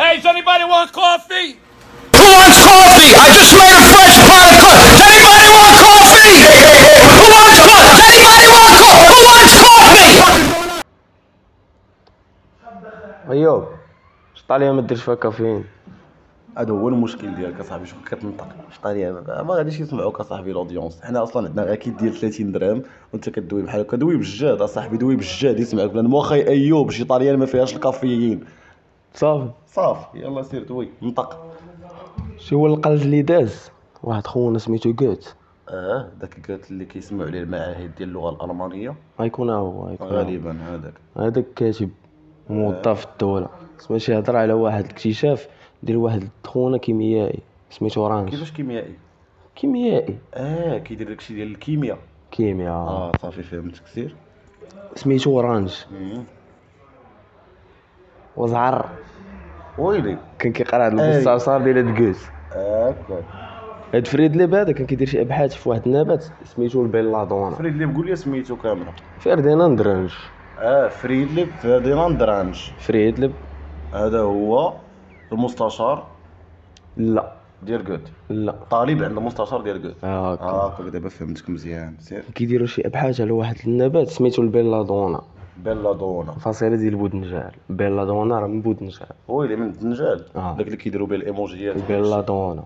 Hey, does anybody want coffee? Who wants coffee? I just made a fresh pot of coffee. Does anybody want coffee? Who wants coffee? Does anybody want coffee? Who wants coffee? ايوب شط عليها أيوه، ما ديرش فيها كافيين هذا هو المشكل ديالك اصاحبي شكون كتنطق شطاري ما غاديش يسمعوك اصاحبي الاودينس حنا اصلا عندنا غاكيت ديال 30 درهم وانت كدوي بحال هكا دوي بالجاد اصاحبي دوي بالجاد يسمعك بلان واخا ايوب شي طاليان ما فيهاش الكافيين صافي صافي يلا سير دوي نطق شي هو القلد اللي داز واحد خونا سميتو جوت اه داك قالت اللي كيسمعوا عليه المعاهد ديال اللغه الالمانيه غيكون ها هو آه. غيكون ها هو. غالبا هذاك هذاك كاتب موظف الدولة سما شي هضرة على واحد الاكتشاف ديال واحد الدخونة كيميائي سميتو رانج كيفاش كيميائي كيميائي اه كيدير داكشي ديال الكيمياء كيمياء اه صافي فهمتك سير سميتو رانج مم. وزعر ويلي كان كيقرا هاد المستعصر ديال هاد كوز هكا هاد فريد ليب هذا كان كيدير شي ابحاث في واحد النبات سميتو البيلادونا فريد ليب قول لي سميتو كامله فرديناند رانج اه فريد ليب فرديناند رانج فريد ليب هذا هو المستشار لا ديال جوت لا طالب عند المستشار ديال جوت هاكا اه دابا فهمتك مزيان سير كيديروا شي ابحاث على واحد النبات سميتو البيلادونا بلادونا فصيله ديال بودنجال بيلادونا راه من بودنجال ويلي من الدنجال آه. داك اللي كيديروا به الايموجيات بيلادونا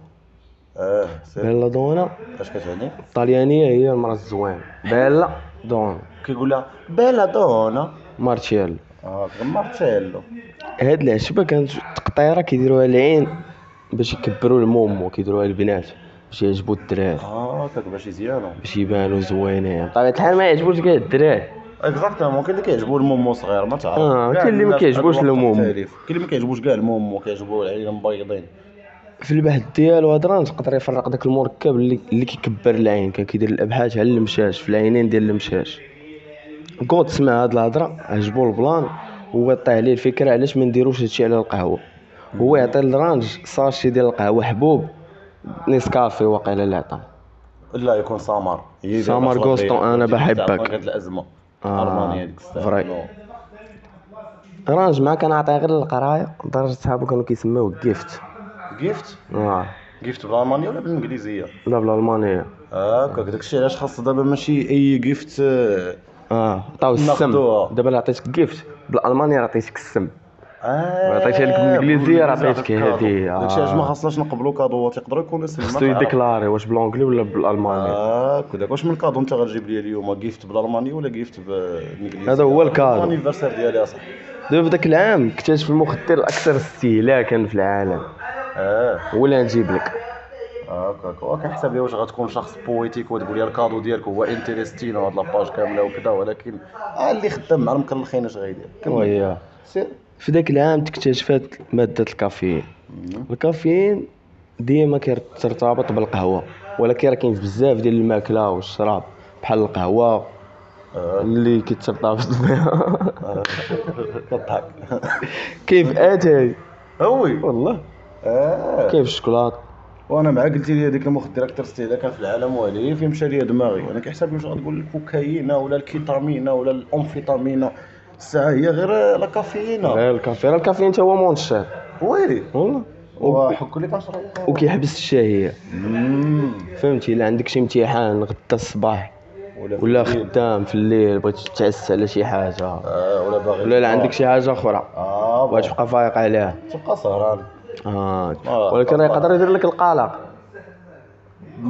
اه سير بيلادونا اش كتعني الطليانيه هي المراه الزوين بيلا دون كيقول لها بلادونا مارتيال اه مارتيلو هاد العشبه كانت تقطيره كيديروها العين باش يكبروا المومو كيديروها البنات باش يعجبوا الدراري اه هكاك باش مزيانه باش يبانوا زوينين بطبيعه الحال ما يعجبوش كاع الدراري اكزاكتومون كاين اللي كيعجبو المومو صغير ما تعرف آه، كاع كاين اللي ما الناس كيعجبوش عندهم المومو. مختلف. كاين اللي ما كيعجبوش كاع المومو كيعجبو العين مبيضين في البحث ديالو هضران تقدر يفرق داك المركب اللي, اللي كيكبر العين كان كيدير الابحاث على المشاش في العينين ديال المشاش كوت سمع هاد الهضره عجبو البلان هو طيح عليه الفكره علاش ما نديروش هادشي على القهوه هو يعطي لرانج ساشي ديال القهوه حبوب نيسكافي واقيلا اللي عطاه لا يكون سامر هي دابا سامر شوف غوستو، هي- أنا هي بحبك. تعطيك هاد الازمه آه، المانيا هذيك الساعه فري. نو. رانج ما كان عطيه غير للقرايه لدرجه صحابو كانوا كيسموه جيفت جيفت اه جيفت بالالمانيه ولا آه، بالانجليزيه لا بالالمانيه هكاك داكشي علاش خاص دابا ماشي اي جيفت اه اه عطاو السم ناخدوها. دابا اللي عطيتك جيفت بالالمانيه راه عطيتك السم عطيتها لك بالإنجليزية، آه، بالإنجليزية راه عطيتك عطيتك كادو. هادي، آه. داكشي علاش ما خاصناش نقبلو كادوات يقدروا يكونوا سلمى خصو يديكلاري واش بالانجلي ولا آه. بالالمانيه هاك داك واش من كادو انت غتجيب لي اليوم جيفت بالالمانيه ولا جيفت بالانجليزيه هذا هو الكادو. الانيفرسير ديالي اصاحبي دابا في ذاك العام اكتشف المخدر الاكثر استهلاكا في العالم اه هو اللي غنجيب لك هكاك وكنحسب لي واش غتكون شخص بويتيك وتقول لي الكادو ديالك هو انتريستين وهاد لاباج كامله وكذا ولكن آه اللي خدام مع المكلخين اش غيدير كمل. وهي سير في ذاك العام تكتشفت ماده الكافيين الكافيين ديما كيرتبط بالقهوه ولكن راه كاين في بزاف ديال الماكله والشراب بحال القهوه اللي كترتبط بها كضحك كيف اتاي هوي والله اه كيف الشوكولاط وانا معاك قلتي لي هذيك المخدر اكثر استهلاكا في العالم وهذه فين مشى لي دماغي انا كنحسب واش غتقول الكوكايينا ولا الكيتامينا ولا الانفيتامينا الساعه هي غير لا كافيينا غير الكافيين راه الكافيين تا هو مونشير ويلي والله وحك اللي كنشرب وكيحبس الشهيه فهمتي الا عندك شي امتحان غدا الصباح ولا في ولا الليل. خدام في الليل بغيت تتعس على شي حاجه آه، ولا باغي ولا لا عندك شي حاجه اخرى اه بغيت بغيت تبقى فايق عليها تبقى سهران اه آه، ولكن راه طبعاً. يقدر يدير لك القلق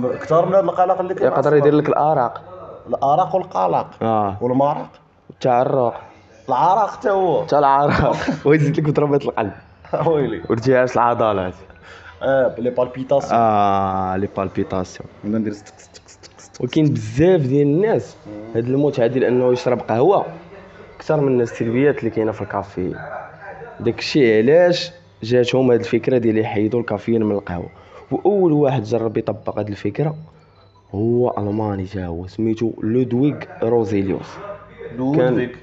اكثر من هذا القلق اللي كاين يقدر يدير لك الارق الارق والقلق اه والمرق التعرق العرق حتى هو حتى العرق ويزيد لك ضربات القلب ويلي وارتعاش العضلات اه لي بالبيتاسيون اه لي بالبيتاسيون ولا ندير ستكس ستكس ستكس وكاين بزاف ديال الناس هاد المتعه ديال انه يشرب قهوه اكثر من السلبيات اللي كاينه في الكافيين داكشي علاش جاتهم هاد الفكره ديال يحيدوا الكافيين من القهوه واول واحد جرب يطبق هاد الفكره هو الماني تا هو سميتو لودويغ روزيليوس لودفيك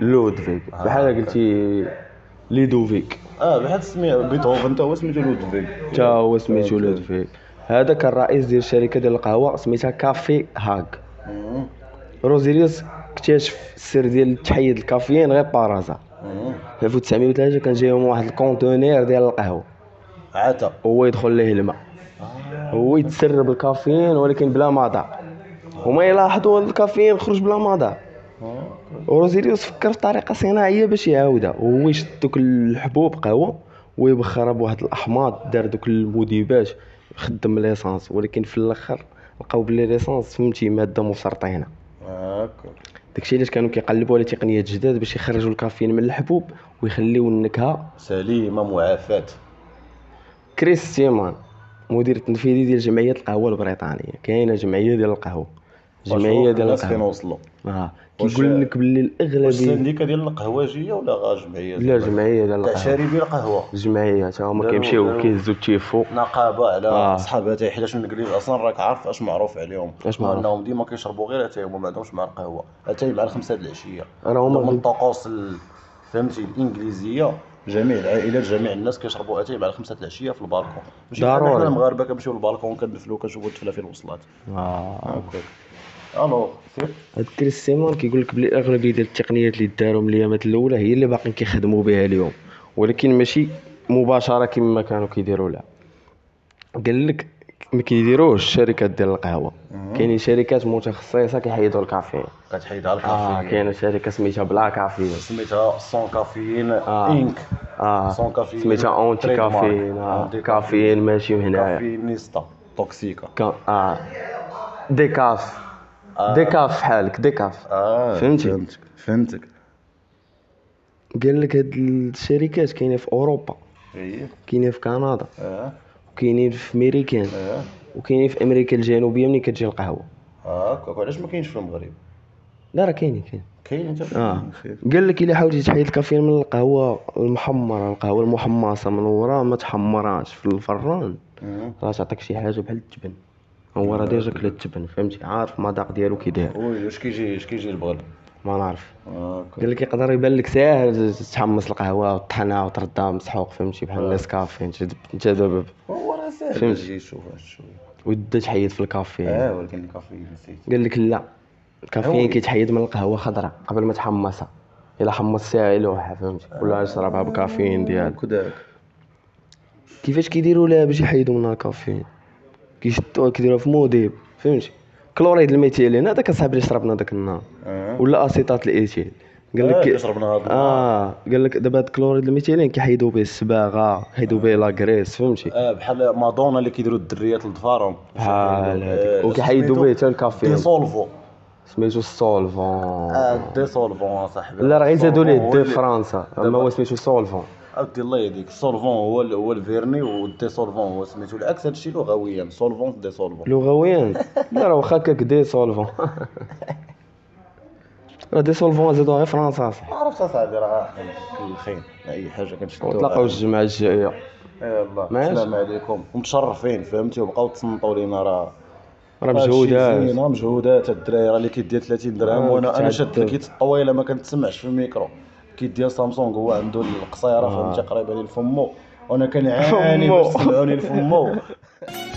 لودفيك بحال قلتي ليدوفيك اه بحال سمي بيتهوفن تا هو سميتو لودفيك تا هو سميتو لودفيك هذا كان رئيس ديال الشركه ديال القهوه سميتها كافي هاك مم. آه. روزيليوس اكتشف السر ديال تحيد الكافيين غير بارازا 1903 كان جايهم واحد الكونتونير ديال القهوه عاتا هو يدخل ليه الماء هو يتسرب الكافيين ولكن بلا ما ضاع هما يلاحظوا ان الكافيين خرج بلا ما ضاع وروزيريوس فكر في طريقه صناعيه باش يعاودها وهو يشد دوك الحبوب قهوه ويبخرها بواحد الاحماض دار دوك المذيبات خدم ليسانس ولكن في الاخر لقاو بلي ليسانس فهمتي ماده مسرطنه هاكا داكشي علاش كانوا كيقلبوا على تقنيات جداد باش يخرجوا الكافيين من الحبوب ويخليو النكهه سليمه معافاه كريس سيمان مدير التنفيذي ديال جمعيه القهوه البريطانيه كاينه جمعيه ديال القهوه جمعيه ديال الناس فين القهوه وصلوا اه واش- كيقول لك باللي واش الاغلبيه السنديكه ديال القهواجيه ولا غا جمعيه لا جمعيه ديال تاع القهوه شاربي القهوه الجمعيه تا هما داروا- داروا- كيمشيو كيهزوا التيفو نقابه على آه. صحاباتها حيت الانجليز اصلا راك عارف اش معروف عليهم أش معروف؟ انهم ديما كيشربوا غير اتاي هما ما عندهمش مع القهوه اتاي مع الخمسه د العشيه راه هما من غير- الطقوس ال- فهمتي الانجليزيه جميع العائلات جميع الناس كيشربوا اتاي مع الخمسه د العشيه في البالكون ماشي بحال ضروري. حنا المغاربه كنمشيو للبالكون كندفلو كنشوفوا التفله فين وصلت آه. الو سير هاد كريس سيمون كيقول لك بلي الاغلبيه ديال التقنيات اللي داروا من الايامات الاولى هي اللي باقيين كيخدموا بها اليوم ولكن ماشي مباشره كما كانوا كيديروا لا قال لك ما كيديروش الشركات ديال القهوه كاينين شركات متخصصه كيحيدوا الكافيين كتحيد على اه الكافيين كاينه شركه سميتها بلا كافيين سميتها سون كافيين آه. انك اه سون كافيين سميتها اونتي تريد مارك. كافيين آه. أونتي كافيين ماشي من هنايا كافينيستا توكسيكا كا... اه ديكاف ديكاف حالك ديكاف اه فهمتي. فهمتك فهمتك قال لك هاد الشركات كاينه في اوروبا ايه كاينه في كندا اه وكاينين في ميريكان اه وكاينين في امريكا الجنوبيه منين كتجي القهوه هاكا علاش ما كاينش في المغرب لا راه كاينين كاين كاين انت اه قال لك الا حاولتي تحيد الكافيين من القهوه المحمره القهوه المحمصه من ورا ما تحمرهاش في الفران مم. راه تعطيك شي حاجه بحال التبن هو راه ديجا كلا التبن فهمتي عارف المذاق ديالو كي داير وي واش كيجي اش كيجي البغل آه، ما نعرف هاكا قال لك يقدر يبان لك ساهل تحمص القهوه وطحنها وتردها مسحوق فهمتي بحال نسكافي انت دب- انت دابا هو راه ساهل فهمت. إيه. تجي تشوف هاد الشوية ودا تحيد في الكافي اه ولكن الكافيين نسيت قال لك لا أوي. الكافيين أيوة. كيتحيد من القهوه خضراء قبل ما تحمصها الا حمصتها لوحه فهمتي ولا شربها بالكافيين ديالك كداك كيفاش كيديروا لها باش يحيدوا منها الكافيين كيشدوها كيديروها في موديب فهمتي كلوريد الميثيلين هذاك صاحبي اللي شربنا ذاك النهار اه ولا اسيتات الايتيل قال آه، اللي لك شربنا هاد النهار. اه قال لك دابا هاد كلوريد الميثيلين كيحيدوا به الصباغه كيحيدوا به لاكريس فهمتي آه، بحال مادونا اللي كيديروا الدريات لضفارهم بحال هاديك. آه، وكيحيدوا سميتو به حتى الكافيين. ديسولفو سميتو السولفون آه، ديسولفون صاحبي لا راه غير زادوا ليه السولفون هو دي اللي- فرنسا اما هو سميتو سولفون عبد الله يديك سولفون هو ال- هو الفيرني والديسولفون هو سميتو العكس هادشي لغويا سولفون ديسولفون لغويا لا راه واخا كاك دي سولفون راه دي سولفون زادوها غير فرنسا أصاحبي. عرفت اصاحبي راه الخير اي حاجه كنشدوها ونتلاقاو الجمعه الجايه يلا ماشي. أه، السلام عليكم ومتشرفين فهمتي وبقاو تصنتوا لينا راه راه هادشي مجهودات زين، راه مجهودات الدراري راه اللي كيدير 30 درهم آه، وانا انا كتعذب. شاد الكيت الطويله ما كنتسمعش في الميكرو كيت ديال سامسونج هو عنده القصيره فهمتي قريبه لفمو وانا كنعاني آه. فمو. باش تسمعوني لفمو